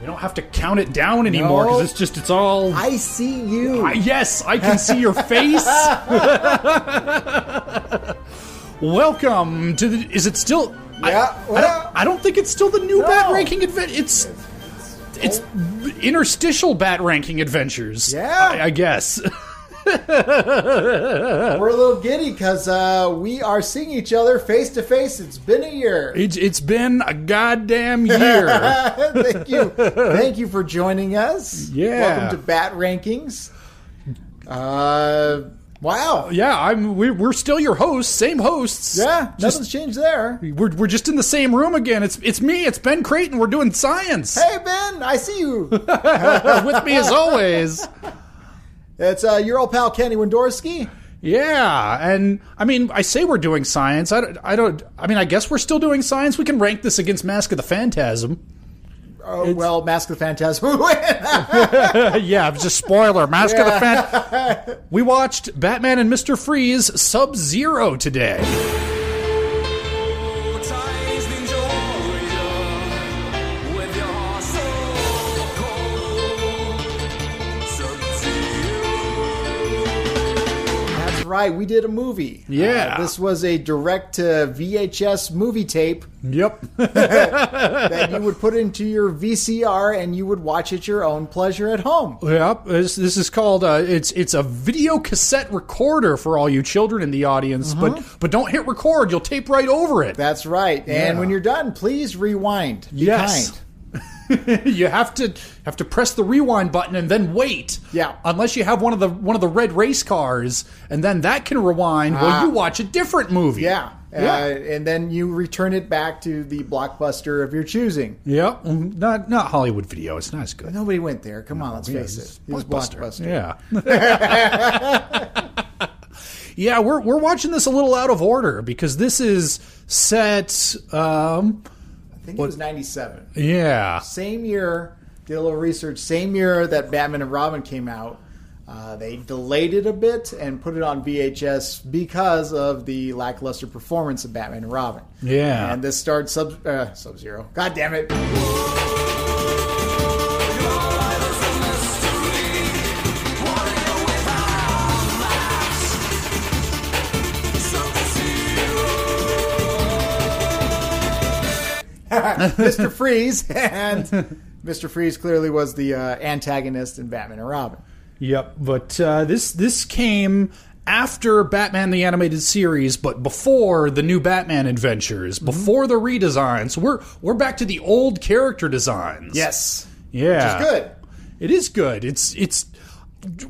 We don't have to count it down anymore because No. it's just it's all. I see you. I- yes, I can see your face. Welcome to the. Is it still? I- Yeah, I, well- don't. I don't think it's still the new No. Oh. bat ranking event. It's. It's interstitial bat ranking adventures. Yeah. I, I guess. We're a little giddy because uh, we are seeing each other face to face. It's been a year. It's it's been a goddamn year. Thank you. Thank you for joining us. Yeah. Welcome to Bat Rankings. Uh, wow. yeah, I'm. We, we're still your hosts, same hosts. Yeah, just nothing's changed there. we're, we're just in the same room again. It's it's me. It's Ben Creighton. We're doing science Hey, Ben, I see you. with me as always. it's uh, your old pal Kenny Wendorski. Yeah, and I mean, I say we're doing science. I don't. I, don't, I mean, I guess we're still doing science. We can rank this against Mask of the Phantasm. Oh, well, Mask of the Phantasm. yeah, just spoiler. Mask of the Phantasm. We watched Batman and Mister Freeze Sub Zero today. That's right, we did a movie. Yeah. Uh, this was a direct to VHS movie tape Yep. that you would put into your VCR and you would watch at your own pleasure at home. Yep, this, this is called uh, it's it's a video cassette recorder for all you children in the audience, but but don't hit record; you'll tape right over it. That's right. And Yeah. when you're done, please rewind. Be Yes. kind. you have to have to press the rewind button and then wait. Yeah. unless you have one of the one of the red race cars, and then that can rewind while you watch a different movie. Ah. Yeah. Yeah. Uh, and then you return it back to the blockbuster of your choosing. Yep, Mm, not not Hollywood video. It's not as good. Nobody went there. Come on, let's face it. It was blockbuster. Yeah. yeah, we're we're watching this a little out of order because this is set um I think it was 97. yeah. Same year, did a little research, same year that Batman and Robin came out. Uh, they delayed it a bit and put it on VHS because of the lackluster performance of Batman and Robin. Yeah. And this starred Sub uh, Sub Zero. God damn it. Mr. Freeze, and Mr. Freeze clearly was the uh, antagonist in Batman and Robin. Yep, but uh, this this came after Batman the animated series, but before the new Batman adventures, Mm-hmm. before the redesigns. So we're we're back to the old character designs. Yes, Yeah. good. It is good. It's it's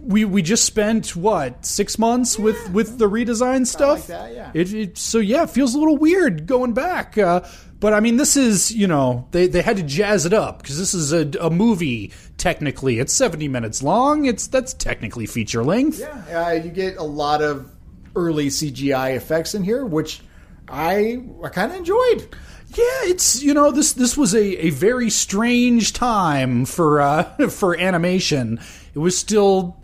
we we just spent what six months with with the redesign stuff. that, yeah. It, it so yeah, it feels a little weird going back. Uh, but I mean, this is you know they they had to jazz it up because this is a, a movie technically. It's seventy minutes long. It's that's technically feature length. Uh, you get a lot of early CGI effects in here, which I, I kind of enjoyed. Yeah, it's you know this this was a, a very strange time for uh, for animation. It was still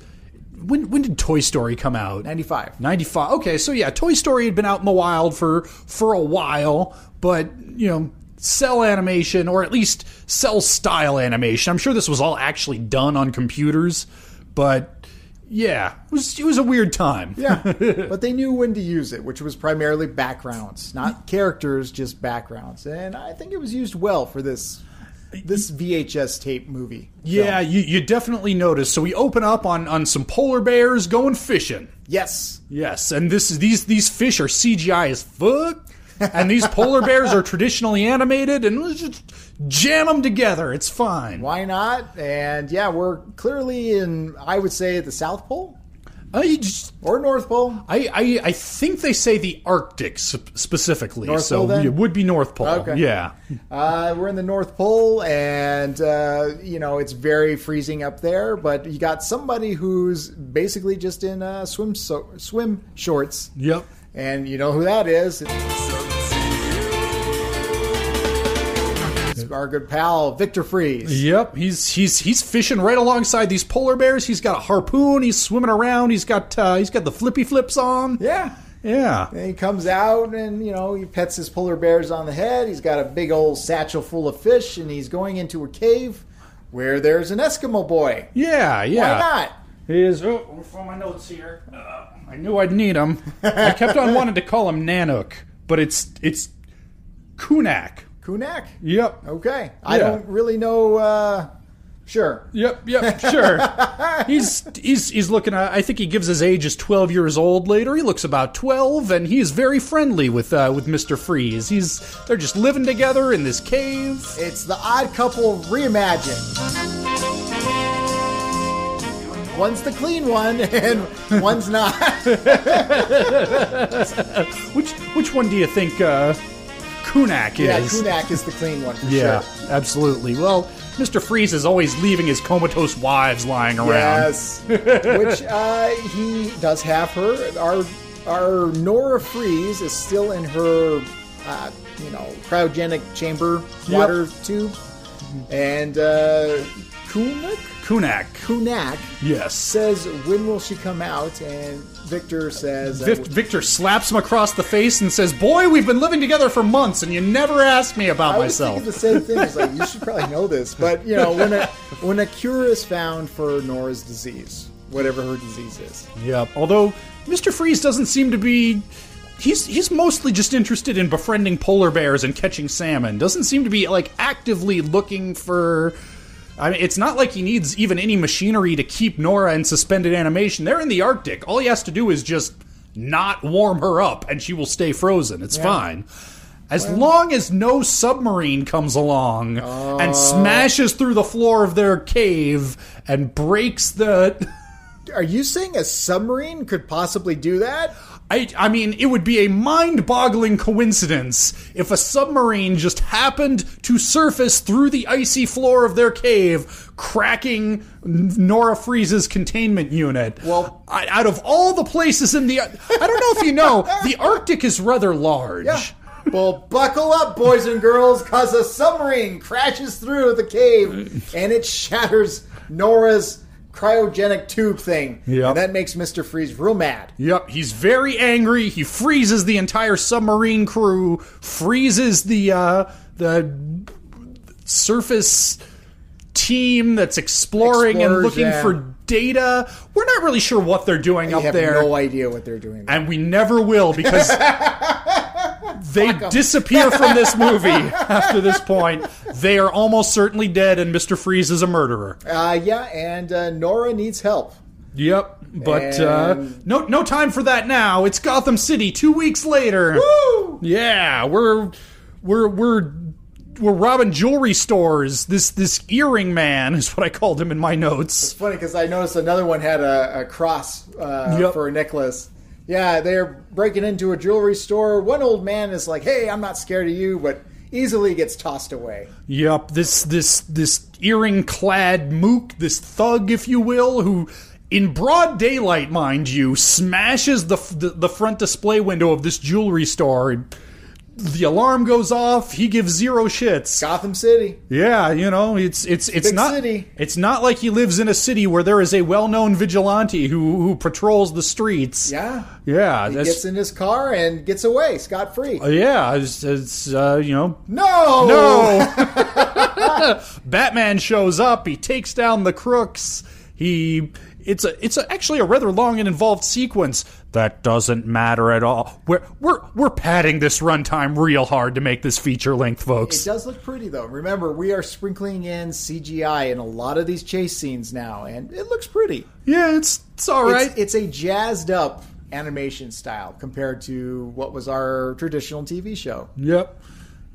when when did Toy Story come out? 95. 95 okay so yeah toy story had been out in the wild for for a while but you know cell animation or at least cell style animation i'm sure this was all actually done on computers but yeah it was it was a weird time Yeah, but they knew when to use it, which was primarily backgrounds, not characters, just backgrounds. And I think it was used well for this this VHS tape movie. yeah film. you, you definitely notice so we open up on on some polar bears going fishing Yes. yes and this is these these fish are cgi as fuck and these polar bears are traditionally animated and let's just jam them together it's fine Why not? And yeah, we're clearly in, I would say, the South Pole Uh, you just- or North Pole. I, I, I think they say the Arctic sp- specifically, North so Pole, then? it would be North Pole. Okay. Yeah, Uh, we're in the North Pole, and uh, you know it's very freezing up there. But you got somebody who's basically just in uh, swim so- swim shorts, yep. and you know who that is. It's our good pal Victor Freeze. Yep, he's he's he's fishing right alongside these polar bears. He's got a harpoon. He's swimming around. He's got uh, he's got the flippy flips on. Yeah. Yeah, And he comes out and, you know, he pets his polar bears on the head. He's got a big old satchel full of fish and he's going into a cave where there's an Eskimo boy. Yeah, yeah. Why not? Is oh, I'm for my notes here. Uh, I knew I'd need them. I kept on wanting to call him Nanook, but it's it's Kunak. Kunak. Yep. Okay. I Yeah. don't really know. Uh, sure. Yep, yep, sure. he's he's he's looking. Uh, I think he gives his age as twelve years old. Later, he looks about twelve, and he is very friendly with uh, with Mister Freeze. He's they're just living together in this cave. It's the Odd Couple reimagined. One's the clean one, and one's not. Which which one do you think uh, Kunak yeah, is? Kunak is the clean one. For Yeah, Sure. absolutely. Well, Mister Freeze is always leaving his comatose wives lying around. Yes. Which uh, he does have her. Our our Nora Freeze is still in her, uh, you know, cryogenic chamber water tube, and uh, Kunak Kunak. Kunak Yes. says, "When will she come out?" And Victor says, uh, Vic- Victor slaps him across the face and says, "Boy, we've been living together for months, and you never asked me about I was myself." thinking the same thing. It's like you should probably know this, but you know when a when a cure is found for Nora's disease, whatever her disease is. Yep. Although Mr. Freeze doesn't seem to be. He's, he's mostly just interested in befriending polar bears and catching salmon. Doesn't seem to be like actively looking for. I mean, it's not like he needs even any machinery to keep Nora in suspended animation. They're in the Arctic. All he has to do is just not warm her up, and she will stay frozen. It's fine. As long as no submarine comes along and smashes through the floor of their cave and breaks the Are you saying a submarine could possibly do that? I, I mean, it would be a mind boggling coincidence if a submarine just happened to surface through the icy floor of their cave, cracking N- Nora Freeze's containment unit. Well- I, out of all the places in the. I don't know if you know, the Arctic is rather large. well, buckle up, boys and girls, because a submarine crashes through the cave and it shatters Nora's cryogenic tube thing. Yep. And that makes Mr. Freeze real mad. Yep, he's very angry. He freezes the entire submarine crew, freezes the uh, the surface team that's exploring and Explorers, looking yeah. for data. We're not really sure what they're doing I up have there, no idea what they're doing. and we never will because they disappear from this movie after this point. They are almost certainly dead, and Mister Freeze is a murderer. Uh, yeah, and uh, Nora needs help. Yep, but uh, And- no no time for that now. It's Gotham City. Two weeks later. Woo! Yeah, we're we're we're we're robbing jewelry stores. This this earring man is what I called him in my notes. Funny because I noticed another one had a, a cross uh, Yep. for a necklace. Yeah, they're breaking into a jewelry store. One old man is like, "Hey, I'm not scared of you," but easily gets tossed away. Yup, this this this earring clad mook, this thug, if you will, who in broad daylight, mind you, smashes the f- the, the front display window of this jewelry store. The alarm goes off. He gives zero shits. Gotham City. Yeah, you know, it's it's it's Big not city. it's not like he lives in a city where there is a well-known vigilante who who patrols the streets. Yeah. yeah, Gets that's uh, in his car and gets away scot free. yeah, it's, it's uh, you know. no, Oh. No, Batman shows up. He takes down the crooks. He it's a it's a, actually a rather long and involved sequence. That doesn't matter at all. We're we're we're padding this runtime real hard to make this feature length, It folks. does look pretty though. Remember, we are sprinkling in CGI in a lot of these chase scenes now, and it looks pretty. Yeah, it's it's all right. It's, it's a jazzed up animation style compared to what was our traditional TV show. Yep.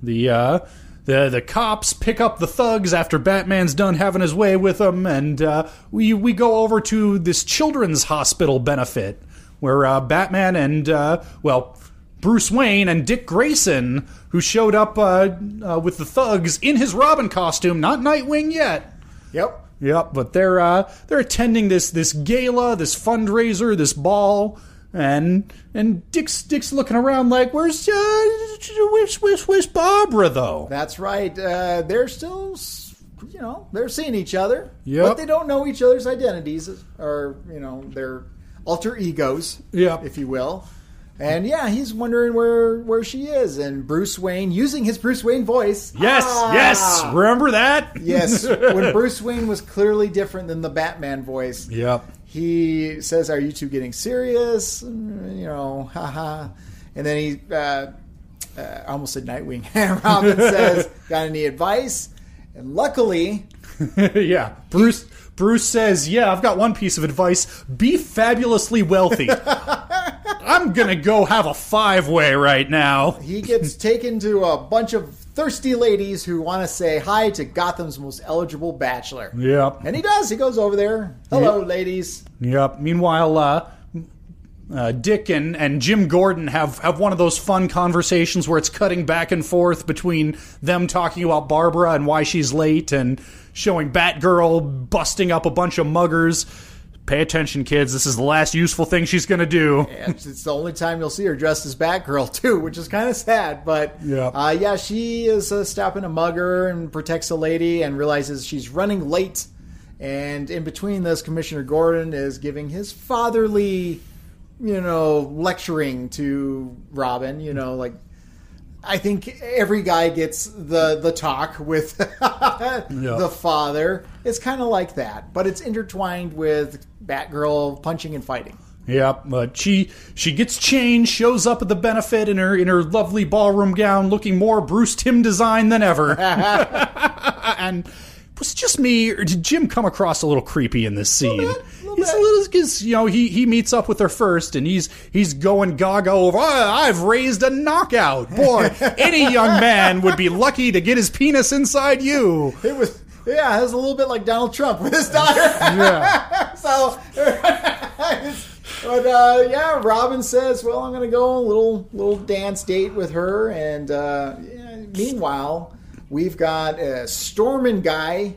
The uh, the the cops pick up the thugs after Batman's done having his way with them, and uh, we we go over to this children's hospital benefit where uh, Batman and uh, well. Bruce Wayne and Dick Grayson, who showed up uh, uh, with the thugs in his Robin costume, not Nightwing yet. Yep. Yep, but they're uh, they're attending this this gala, this fundraiser, this ball, and and Dick's Dick's looking around like, where's uh, where's, where's where's Barbara though? That's right. Uh, they're still, s- you know, they're seeing each other, Yep. but they don't know each other's identities or you know their alter egos, Yep. if you will. And yeah, he's wondering where where she is, and Bruce Wayne using his Bruce Wayne voice. Yes, Ah! yes. Remember that? yes. When Bruce Wayne was clearly different than the Batman voice, Yep. he says, "Are you two getting serious?" Mm, You know, haha. And then he uh, uh, I almost said Nightwing. Robin says, "Got any advice?" And luckily, yeah. Bruce Bruce says, "Yeah, I've got one piece of advice. Be fabulously wealthy." I'm going to go have a five-way right now. he gets taken to a bunch of thirsty ladies who want to say hi to Gotham's most eligible bachelor. Yep. And he does. He goes over there. Hello, ladies. Yep. Meanwhile, uh uh, Dick and, and Jim Gordon have, have one of those fun conversations where it's cutting back and forth between them talking about Barbara and why she's late and showing Batgirl busting up a bunch of muggers. Pay attention, kids. This is the last useful thing she's going to do. And it's the only time you'll see her dressed as Batgirl too, which is kind of sad. But Yeah. uh, yeah, she is uh, stopping a mugger and protects a lady and realizes she's running late. And in between this, Commissioner Gordon is giving his fatherly, you know, lecturing to Robin. You know, like I think every guy gets the the talk with the father. It's kind of like that, but it's intertwined with Batgirl punching and fighting. Yep, but she she gets changed, shows up at the benefit in her in her lovely ballroom gown, looking more Bruce Tim design than ever. and was it just me, or did Jim come across a little creepy in this scene? little he's a bit. little because you know he he meets up with her first, and he's he's going gaga over. "Oh, I've raised a knockout. Boy, any young man would be lucky to get his penis inside you. It was yeah, it was a little bit like Donald Trump with his daughter. Yeah, so, but uh, yeah, Robin says, "Well, I'm going to go on a little little dance date with her." And uh, yeah, meanwhile, we've got a Stormin guy.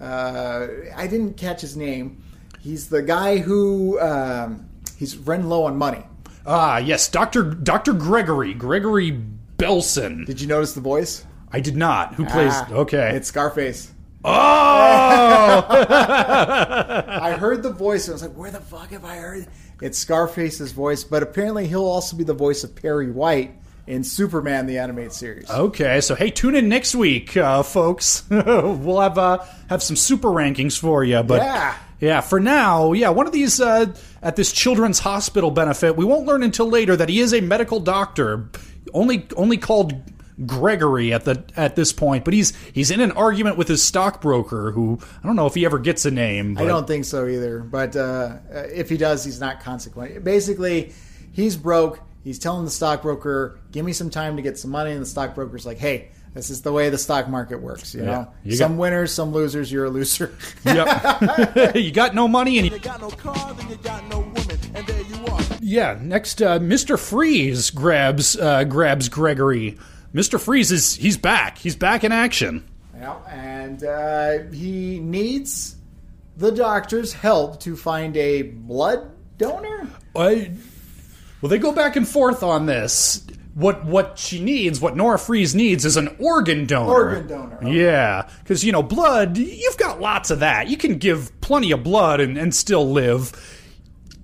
Uh, I didn't catch his name. He's the guy who um, he's run low on money. ah yes, Doctor Doctor Gregory Gregory Belson. Did you notice the voice? I did not. Who plays? Ah, okay, it's Scarface. Oh, I heard the voice and I was like, where the fuck have I heard? it?" It's Scarface's voice, but apparently he'll also be the voice of Perry White in Superman the animated series. okay. So hey, tune in next week, uh, folks. we'll have uh, have some super rankings for you. But Yeah. yeah, for now, yeah, one of these uh, at this children's hospital benefit, we won't learn until later that he is a medical doctor, only only called Gregory at the at this point. But he's he's in an argument with his stockbroker, who I don't know if he ever gets a name. But I don't think so either, but uh, uh, if he does, he's not consequent. Basically, he's broke. He's telling the stockbroker, give me some time to get some money. And the stockbroker's like, hey, this is the way the stock market works. You know, You some got- winners, some losers. You're a loser. Yep. you got no money, and You got no car, then you got no woman, and there you are. Yeah, next uh, Mr. Freeze grabs uh, grabs Gregory. Mr. Freeze is he's back. He's back in action. Yeah, and uh, he needs the doctor's help to find a blood donor. I, well, they go back and forth on this. What what she needs, what Nora Freeze needs, is an organ donor. Organ donor, okay. Yeah, because you know blood. You've got lots of that. You can give plenty of blood and, and still live.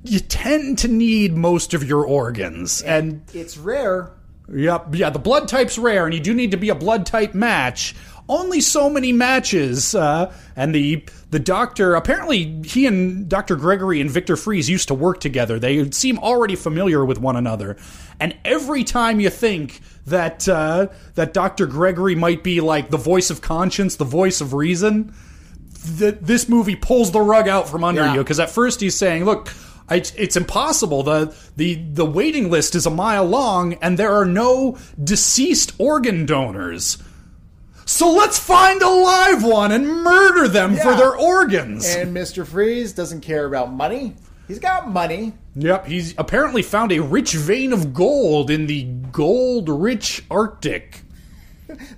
You tend to need most of your organs, and It's rare. Yep. Yeah, the blood type's rare, and you do need to be a blood type match. Only so many matches, uh, and the the doctor apparently he and Doctor Gregory and Victor Freeze used to work together. They seem already familiar with one another, and every time you think that uh, that Doctor Gregory might be like the voice of conscience, the voice of reason, th- this movie pulls the rug out from under Yeah. you because at first he's saying, "Look, I, it's impossible. the the The waiting list is a mile long, and there are no deceased organ donors. So let's find a live one and murder them for Yeah. their organs." And Mr. Freeze doesn't care about money. He's got money. yep, he's apparently found a rich vein of gold in the gold-rich Arctic.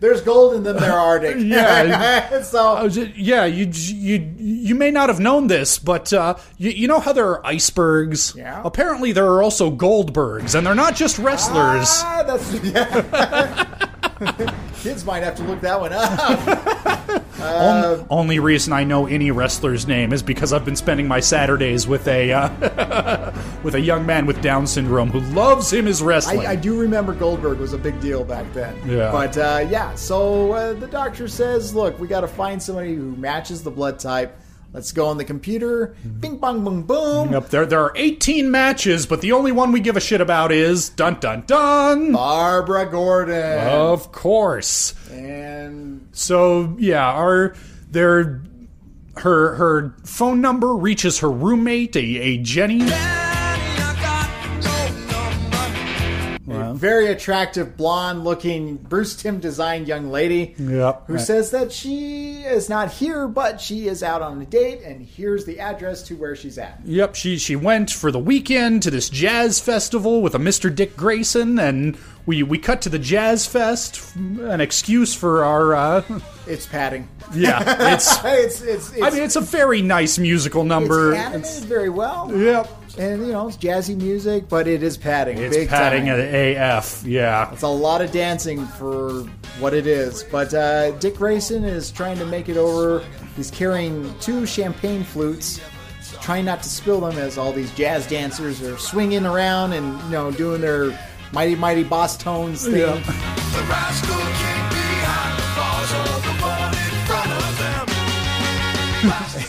There's gold in them, there Arctic. Yeah. I so was- Oh, yeah, you you you may not have known this, but uh, you, you know how there are icebergs. Yeah. Apparently, there are also Goldbergs, and they're not just wrestlers. ah, that's yeah. Kids might have to look that one up. On- only reason I know any wrestler's name is because I've been spending my Saturdays with a uh, with a young man with Down syndrome who loves him as wrestling. I, I do remember Goldberg was a big deal back then. Yeah. But uh, yeah, so uh, the doctor says, look, we got to find somebody who matches the blood type. Let's go on the computer. Mm-hmm. Bing, bong, boom, boom. Yep, there, there are 18 matches, but the only one we give a shit about is dun dun dun. Barbara Gordon. Of course. And So yeah, our their her her phone number reaches her roommate, a, a Jenny. a very attractive, blonde looking, Bruce Tim designed young lady Yep. who says that she is not here, but she is out on a date, and here's the address to where she's at. Yep, she she went for the weekend to this jazz festival with a Mr. Dick Grayson, and we we cut to the jazz fest, an excuse for our uh, It's padding. yeah. It's It's, it's, it's, I mean it's a very nice musical number. it's animated very well. yep, And, you know, it's jazzy music, but it is padding. it's big padding time. at AF. Yeah, It's a lot of dancing for what it is. But uh, Dick Grayson is trying to make it over. He's carrying two champagne flutes, trying not to spill them as all these jazz dancers are swinging around and you know doing their mighty mighty boss tones thing. Yeah.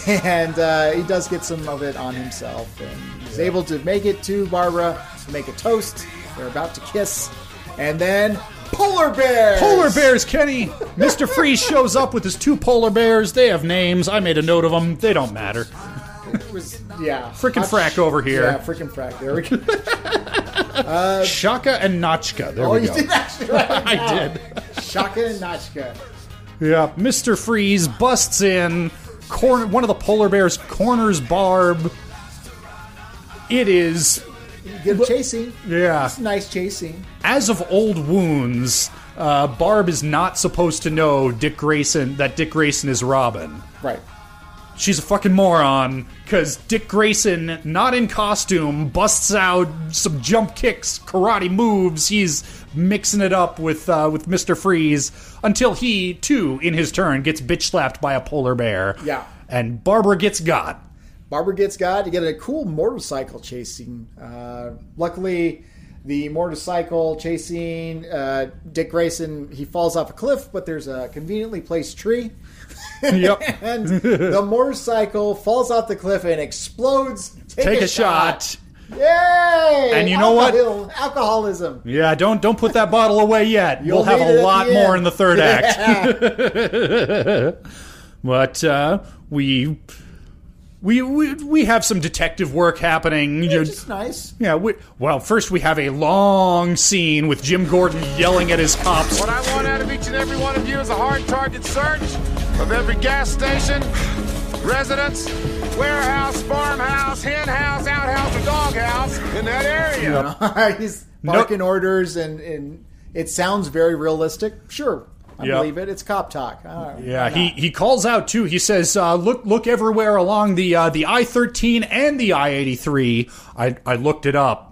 And uh, he does get some of it on himself, and he's able to make it to Barbara to make a toast. They're about to kiss, and then polar bears. polar bears, Kenny. Mr. Freeze shows up with his two polar bears. They have names. I made a note of them. They don't matter. was yeah. Frickin' frack over here. Yeah, frickin' frack. There we go. Shaka and Notchka. There Oh, we you go. did actually. Right I did. Shaka and Notchka. Yeah, Mr. Freeze busts in, corner one of the polar bears corners Barb. It is, You get a chase scene. yeah, It's a nice chase scene. as of old wounds. Uh, Barb is not supposed to know Dick Grayson that Dick Grayson is Robin. Right. She's a fucking moron because Dick Grayson, not in costume, busts out some jump kicks, karate moves. He's mixing it up with uh, with Mister Freeze until he too, in his turn, gets bitch slapped by a polar bear. Yeah. and Barbara gets got. Barbara gets God. You get a cool motorcycle chase scene. Uh, luckily, the motorcycle chase scene, uh, Dick Grayson, he falls off a cliff, but there's a conveniently placed tree. Yep. And the motorcycle falls off the cliff and explodes. Take, Take a shot. Yay! And you know what? Alcohol- Alcoholism. Yeah, don't don't put that bottle away yet. You'll we'll have need it at a lot the more end. in the third act. but uh, we. We, we, we have some detective work happening. You- Which is nice. Yeah, we, well, first we have a long scene with Jim Gordon yelling at his cops. What I want out of each and every one of you is a hard target search of every gas station, residence, warehouse, farmhouse, hen house, outhouse, and doghouse in that area. he's barking orders and, and it sounds very realistic. Sure, I Yeah. believe it. It's cop talk. Uh, Yeah, he, he calls out too. He says, uh, "Look look everywhere along the uh, the I thirteen and the I eighty three. I I looked it up.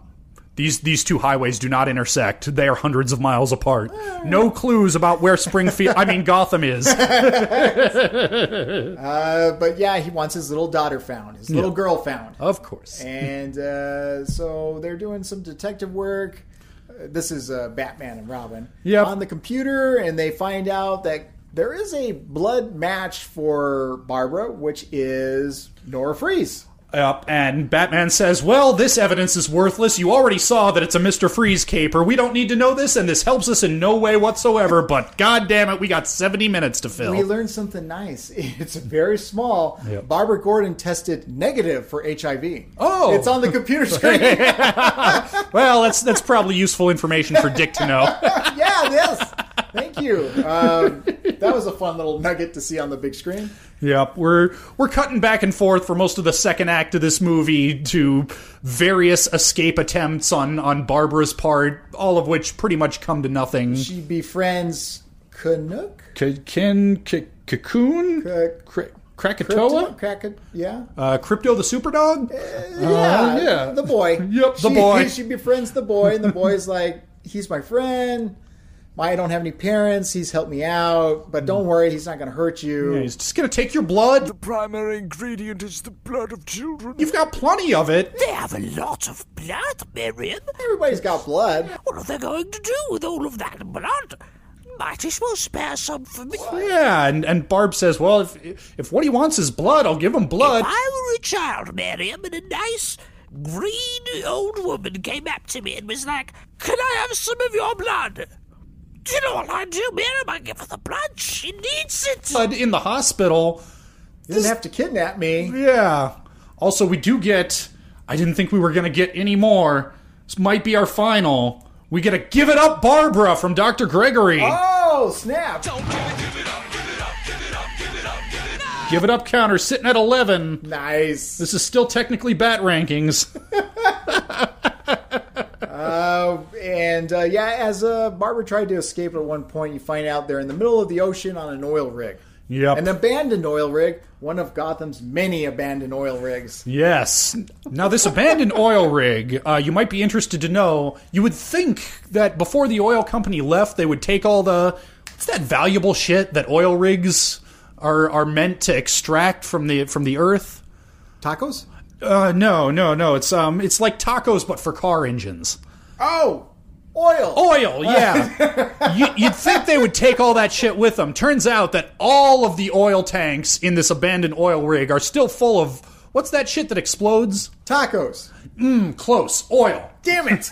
These these two highways do not intersect. They are hundreds of miles apart. No clues about where Springfield, I mean Gotham, is. uh, but yeah, he wants his little daughter found, his little Yeah. Oh. girl found, Of course. and uh, so they're doing some detective work. Uh, This is uh, Batman and Robin Yep. on the computer, and they find out that there is a blood match for Barbara, which is Nora Freeze. Yep, and Batman says, "Well, this evidence is worthless. You already saw that it's a Mister Freeze caper. We don't need to know this, and this helps us in no way whatsoever. But god damn it, we got seventy minutes to fill." We learned something nice. It's very small. Yep. Barbara Gordon tested negative for HIV. Oh. it's on the computer screen. yeah, well, that's that's probably useful information for Dick to know. yes. Thank you. Um, that was a fun little nugget to see on the big screen. Yep, we're we're cutting back and forth for most of the second act of this movie to various escape attempts on on Barbara's part, all of which pretty much come to nothing. She befriends Canuck. K- Ken K- Cocoon, Uh, Kra- Krakatoa, Kraken. Yeah. uh, Crypto the Superdog. yeah. yeah. The boy. Yep, the She- boy. She befriends the boy, and the boy's like, he's my friend. my I don't have any parents. He's helped me out, but don't worry, he's not going to hurt you. He's just gonna take your blood. The primary ingredient is the blood of children. You've got plenty of it. They have a lot of blood, Miriam. Everybody's got blood. What are they going to do with all of that blood? Might as well spare some for me. Yeah, and, and Barb says, "Well, if if what he wants is blood, I'll give him blood." If I were a child, Miriam, and a nice green old woman came up to me and was like, Can I have some of your blood? Do you know what I do, Miriam? I give her the blood. She needs it. Blood in the hospital. You didn't have to kidnap me. Yeah. Also, we do get. I didn't think we were gonna get any more. This might be our final. We get a "Give It Up, Barbara" from Doctor Gregory. Oh snap! Give it up counter sitting at eleven. Nice. This is still technically bat rankings. And uh, yeah, as uh, Barbara tried to escape at one point, you find out they're in the middle of the ocean on an oil rig. Yep. An abandoned oil rig, one of Gotham's many abandoned oil rigs. Yes. Now, this abandoned oil rig, uh, you might be interested to know. You would think that before the oil company left, they would take all the what's that valuable shit that oil rigs are are meant to extract from the from the earth. Tacos? Uh, no, no, no. It's um, it's like tacos but for car engines. Oh, oil. Oil, yeah. you, you'd think they would take all that shit with them. Turns out that all of the oil tanks in this abandoned oil rig are still full of what's that shit that explodes? tacos. Close oil. Damn it.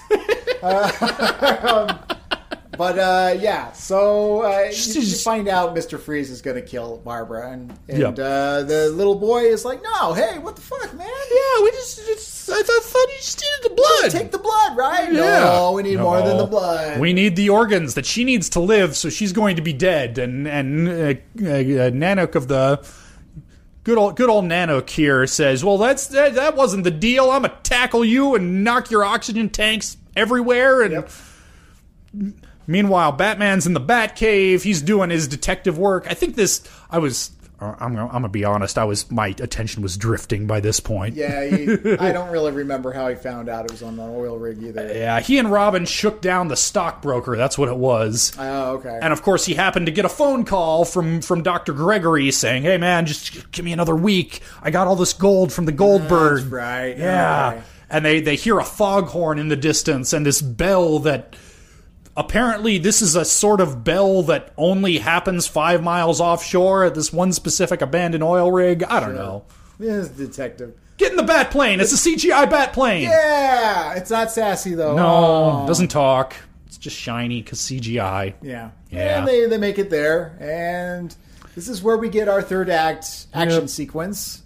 Uh, but uh, yeah, so uh, you, you find out Mister Freeze is going to kill Barbara, and, and Yep. uh, the little boy is like, "No, hey, what the fuck, man? Yeah, we just, just I, thought, thought you just needed the blood. Take the blood, right? No, Oh, we need more than the blood. We need the organs that she needs to live, so she's going to be dead. And and uh, uh, Nanook of the good old good old Nanook here says, "Well, that's that, that wasn't the deal. I'm gonna tackle you and knock your oxygen tanks everywhere." And Yep. meanwhile, Batman's in the Batcave. He's doing his detective work. I think this. I was. uh, I'm gonna, I'm gonna be honest. I was my attention was drifting by this point. yeah, he, I don't really remember how he found out it was on the oil rig either. Yeah, he and Robin shook down the stockbroker. That's what it was. Oh, okay. And of course, he happened to get a phone call from from Dr. Gregory saying, "Hey, man, just give me another week. I got all this gold from the Goldberg." That's right. Yeah. Okay. And they they hear a foghorn in the distance and this bell that apparently this is a sort of bell that only happens 5 miles offshore at this one specific abandoned oil rig. I don't know. This detective. Get in the bat plane. It's a CGI bat plane. Yeah, it's not sassy though. No, Oh. doesn't talk. It's just shiny cuz CGI. Yeah. Yeah. And they, they make it there. And this is where we get our third act action sequence.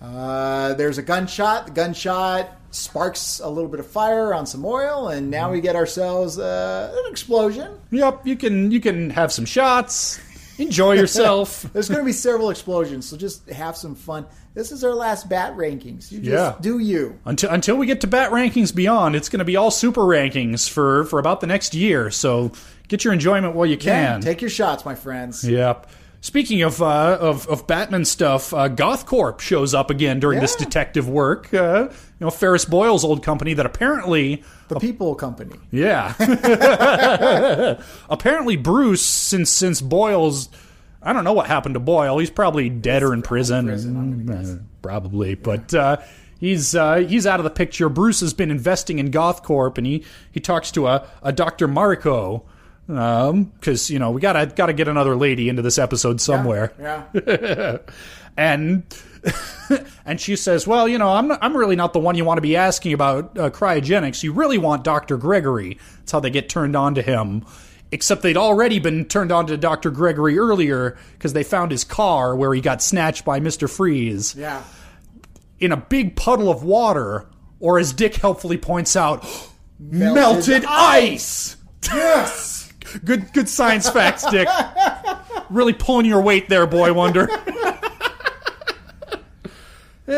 Uh, there's a gunshot. The gunshot sparks a little bit of fire on some oil. And Mm-hmm. now we get ourselves uh, an explosion. Yep, you can you can have some shots. Enjoy yourself. There's going to be several explosions. So just have some fun. This is our last bat rankings. You just Yeah. do you. until until we get to bat rankings beyond, it's going to be all super rankings for for about the next year. So get your enjoyment while you can. Take your shots, my friends. yep. Speaking of, uh, of of Batman stuff, uh, Goth Corp shows up again during this Yeah. detective work. Uh, you know Ferris Boyle's old company that apparently, The People Company. yeah, apparently Bruce since since Boyle's, I don't know what happened to Boyle. He's probably dead or in prison. Uh, probably, but uh, he's uh, he's out of the picture. Bruce has been investing in Gothcorp, and he he talks to a, a Doctor Mariko because you know we gotta gotta get another lady into this episode somewhere, Yeah. and. and she says, "Well, you know, I'm not, I'm really not the one you want to be asking about uh, cryogenics. You really want Doctor Gregory. That's how they get turned on to him. Except they'd already been turned on to Doctor Gregory earlier because they found his car where he got snatched by Mister Freeze Yeah. in a big puddle of water, or as Dick helpfully points out, melted, ice. Yes. Good, good science facts, Dick. Really pulling your weight there, boy wonder. and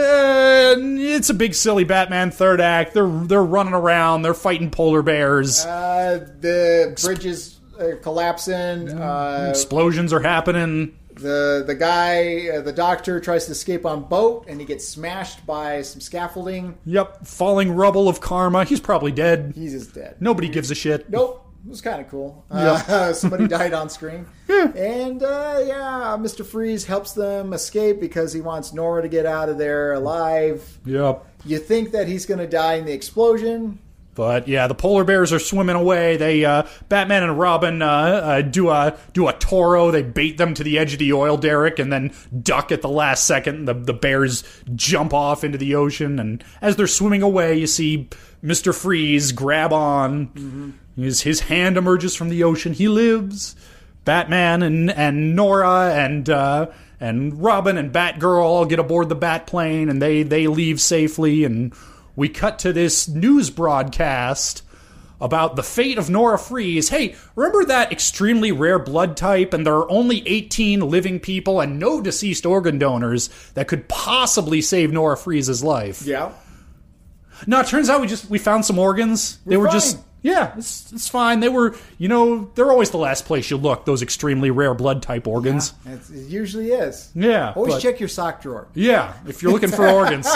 Uh, it's a big silly Batman third act. They're they're running around. They're fighting polar bears. Uh, the bridges are collapsing. Uh, Explosions are happening. the the guy, uh, the doctor, tries to escape on boat, and he gets smashed by some scaffolding. Yep, falling rubble of karma. He's probably dead. He's just dead. Nobody gives a shit. Nope. It was kind of cool. Uh, somebody died on screen. And uh, yeah, Mr. Freeze helps them escape because he wants Nora to get out of there alive. Yep. You think that he's going to die in the explosion. But yeah, the polar bears are swimming away. They uh, Batman and Robin uh, uh, do a do a Toro. They bait them to the edge of the oil derrick and then duck at the last second. The the bears jump off into the ocean, and as they're swimming away, you see Mister Freeze grab on. His his hand emerges from the ocean. He lives. Batman and and Nora and uh, and Robin and Batgirl all get aboard the Bat plane and they they leave safely and we cut to this news broadcast about the fate of Nora Freeze. Hey, remember that extremely rare blood type and there are only 18 living people and no deceased organ donors that could possibly save Nora Freeze's life. Yeah. No, it turns out we just we found some organs. they were fine. just yeah, it's, it's fine. They were, you know, they're always the last place you look. Those extremely rare blood type organs. It's, it usually is. Yeah, Always but- check your sock drawer. Yeah, if you're looking for organs.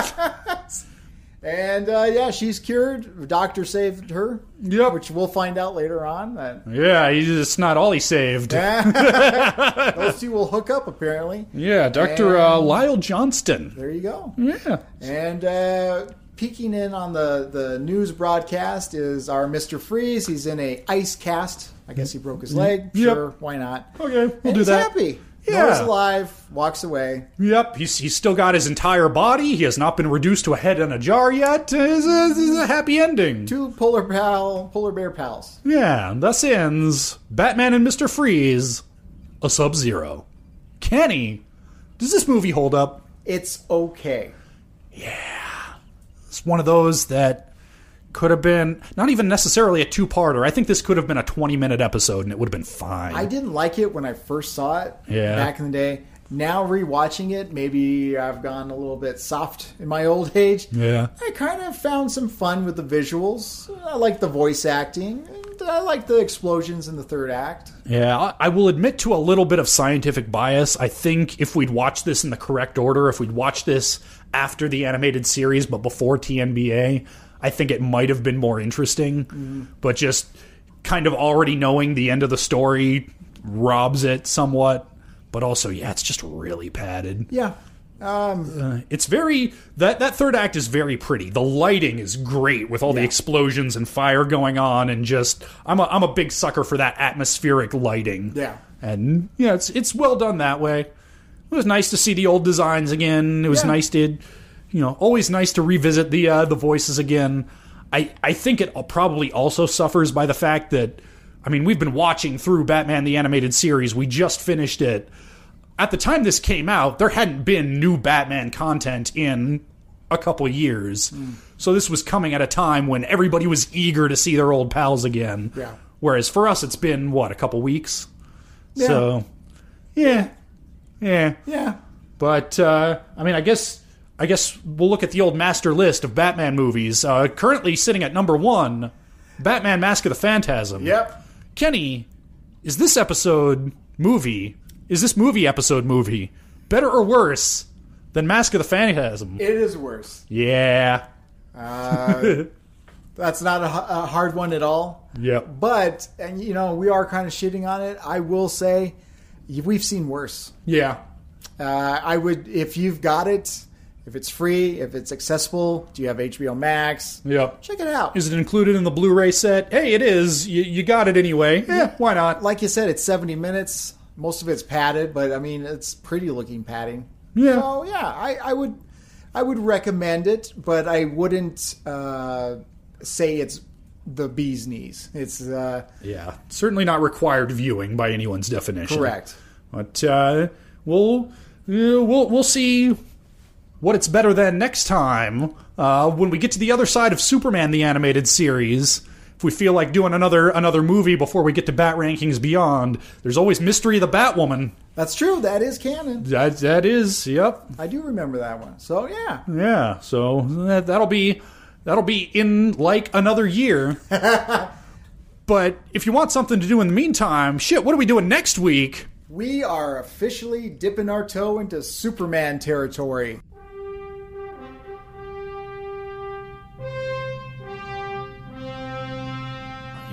And uh, yeah, she's cured. Doctor saved her. Yep. Which we'll find out later on. That Yeah, he- it's not all he saved. those two will hook up apparently. Yeah, Doctor uh, Lyle Johnston. There you go. Yeah. And uh, peeking in on the, the news broadcast is our Mister Freeze. He's in a ice cast. I guess he broke his leg. Yep. Sure, why not? Okay, we'll and do he's that. Happy. Yeah. Nora's alive. Walks away. Yep, he's, he's still got his entire body. He has not been reduced to a head in a jar yet. It's a, it's a happy ending. Two polar pal, polar bear pals. Yeah, and thus ends Batman and Mr. Freeze, a Sub Zero. Kenny, does this movie hold up? It's okay. It's one of those that could have been not even necessarily a two parter. I think this could have been a 20 minute episode and it would have been fine. I didn't like it when I first saw it Yeah. back in the day. Now rewatching it, maybe I've gone a little bit soft in my old age. yeah. I kind of found some fun with the visuals. I like the voice acting. And I like the explosions in the third act. Yeah, I- I will admit to a little bit of scientific bias. I think if we'd watched this in the correct order, if we'd watched this after the animated series but before TNBA, I think it might have been more interesting. But just kind of already knowing the end of the story robs it somewhat. But also, yeah, it's just really padded. Yeah. It's very that that third act is very pretty. The lighting is great with all the explosions and fire going on, and just I'm a I'm a big sucker for that atmospheric lighting. Yeah. and yeah, it's it's well done that way. It was nice to see the old designs again. It was Yeah. nice to, you know, always nice to revisit the uh, the voices again. I I think it probably also suffers by the fact that I mean we've been watching through Batman the animated series. We just finished it at the time this came out, there hadn't been new Batman content in a couple years. Hmm. So this was coming at a time when everybody was eager to see their old pals again. Yeah. Whereas for us, it's been, what, a couple weeks? Yeah. So, yeah. Yeah. Yeah. But, uh, I mean, I guess. I guess we'll look at the old master list of Batman movies. Uh, currently sitting at number one, Batman: Mask of the Phantasm. Yep. Kenny, is this episode movie? Is this movie episode movie better or worse than Mask of the Phantasm? It is worse. Yeah. That's not a, h- a hard one at all. Yep. But, and you know, we are kind of shitting on it. I will say, we've seen worse. Yeah. Uh, I would, if you've got it, if it's free, if it's accessible, do you have HBO Max? Yep. Check it out. Is it included in the Blu-ray set? Hey, it is. You, you got it anyway. Yeah. Why not? Like you said, it's 70 minutes. Most of it's padded, but I mean, it's pretty looking padding. Yeah. So yeah, I, I would, I would recommend it, but I wouldn't uh, say it's the bee's knees. It's uh, Yeah. Certainly not required viewing by anyone's definition. correct. But uh, we'll uh, we'll we'll see what it's better than next time uh, when we get to the other side of Superman the animated series. If we feel like doing another another movie before we get to Bat Rankings Beyond, there's always Mystery of the Batwoman. That's true. That is canon. That that is, yep, I do remember that one. So yeah, yeah. So that, that'll be that'll be in like another year. but if you want something to do in the meantime, shit, what are we doing next week? we are officially dipping our toe into Superman territory.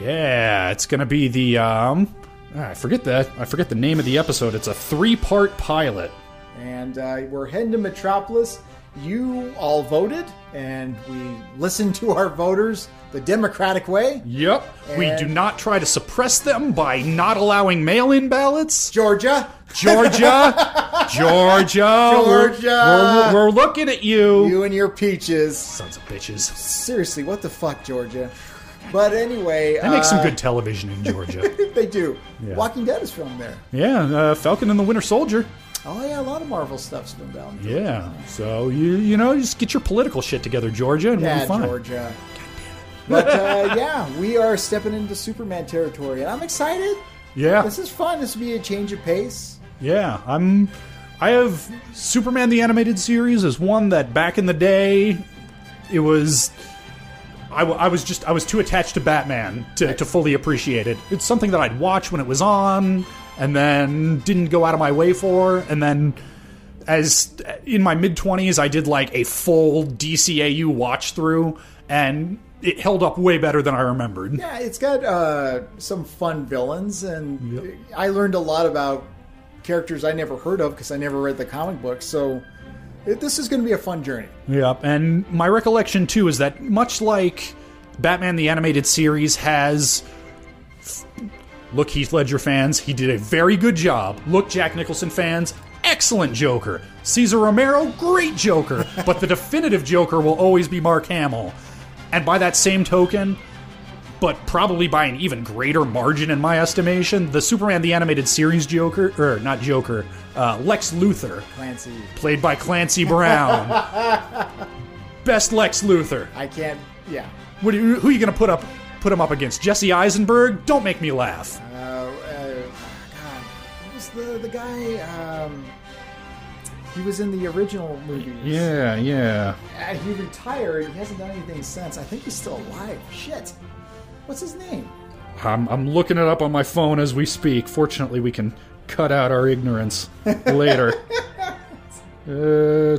Yeah, it's gonna be the um. ah, I forget that. I forget the name of the episode. It's a three-part pilot. and uh, we're heading to Metropolis. You all voted, and we listened to our voters the democratic way. Yep. we do And- not try to suppress them by not allowing mail-in ballots. Georgia, Georgia, Georgia, we're- Georgia. we're, we're looking at you. you and your peaches. Sons of bitches. Seriously, what the fuck, Georgia? But anyway, uh, They make some good television in Georgia. They do. Yeah. Walking Dead is filmed there. yeah, uh, Falcon and the Winter Soldier. Oh yeah, a lot of Marvel stuff's been down there. Yeah. So you you know just get your political shit together, Georgia, and we'll Yeah, be fine. Georgia. But uh, yeah, we are stepping into Superman territory, and I'm excited. Yeah. This is fun. This will be a change of pace. Yeah, I'm. I have Superman the animated series is one that back in the day, it was. I, w- I was just I was too attached to Batman to, to fully appreciate it. It's something that I'd watch when it was on, and then didn't go out of my way for, and then as in my mid twenties, I did like a full DCAU watch through, and it held up way better than I remembered. Yeah, it's got uh, some fun villains, and I learned a lot about characters I never heard of because I never read the comic book. So it, this is going to be a fun journey. Yep, and my recollection too is that much like Batman the Animated Series has. Look, Heath Ledger fans, he did a very good job. Look, Jack Nicholson fans, excellent Joker. Caesar Romero, great Joker. but the definitive Joker will always be Mark Hamill. And by that same token, but probably by an even greater margin in my estimation, the Superman the Animated Series Joker, or not Joker, uh, Lex Luthor Clancy, played by Clancy Brown. Best Lex Luthor. I can't. Yeah, What do you, who are you going to put up? Put him up against Jesse Eisenberg? Don't make me laugh. uh, uh, God, who's the the guy? Um, he was in the original movies. yeah. Uh, he retired. He hasn't done anything since. I think he's still alive. Shit. What's his name? I'm, I'm looking it up on my phone as we speak. Fortunately, we can cut out our ignorance later. Uh,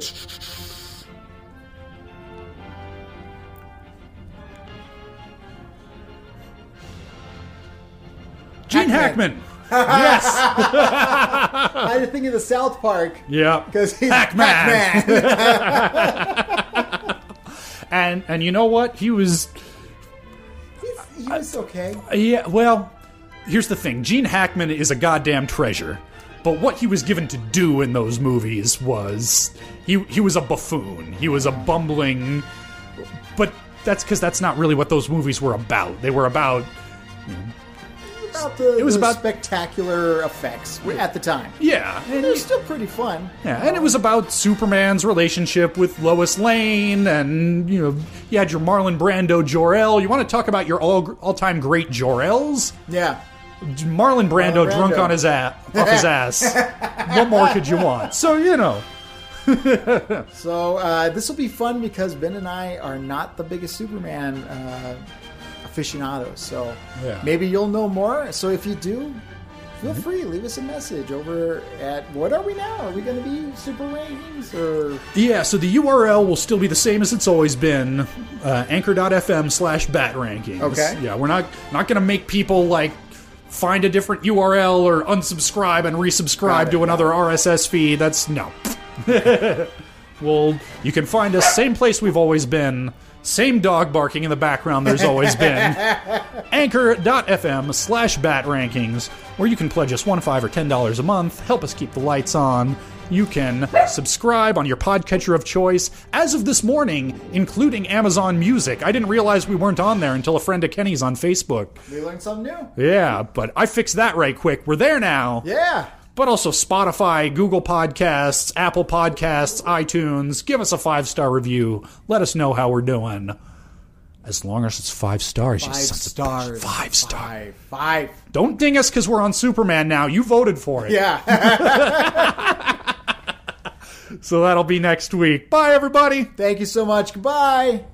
Gene Hackman. Hackman. yes. I had to think of the South Park Yeah. because he's Hackman. Hackman. And and you know what? He was He's- he was okay. yeah, well, here's the thing. Gene Hackman is a goddamn treasure. But what he was given to do in those movies was he he was a buffoon. He was a bumbling but that's cuz that's not really what those movies were about. They were about about the, it was was about- about spectacular effects at the time. yeah, It and, was still pretty fun. yeah, and it was about Superman's relationship with Lois Lane and you know, you had your Marlon Brando Jor-El. You want to talk about your all all-time great Jor-Els? Yeah, Marlon Brando, Marlon Brando. drunk on his ass, off his ass. what more could you want? So you know, so uh, this will be fun because Ben and I are not the biggest Superman uh, aficionados. So Yeah. Mm-hmm. maybe you'll know more. So if you do, feel free leave us a message over at what are we now? Are we going to be Super Ratings or yeah. So the URL will still be the same as it's always been: uh, anchor.fm slash bat rankings. Okay. Yeah, we're not not going to make people like find a different URL or unsubscribe and resubscribe Got it, to another RSS feed. That's no. well, you can find us same place we've always been. Same dog barking in the background there's always been. anchor.fm slash bat rankings where you can pledge us one five or ten dollars a month help us keep the lights on you can subscribe on your podcatcher of choice as of this morning including amazon music i didn't realize we weren't on there until a friend of kenny's on facebook we learned something new? yeah but i fixed that right quick we're there now Yeah. but also spotify google podcasts apple podcasts itunes give us a five star review let us know how we're doing as long as it's five stars you Five sons of bitch. stars. five stars Five. Five. don't ding us because we're on Superman now. You voted for it. Yeah. So that'll be next week. Bye, everybody. Thank you so much. Goodbye.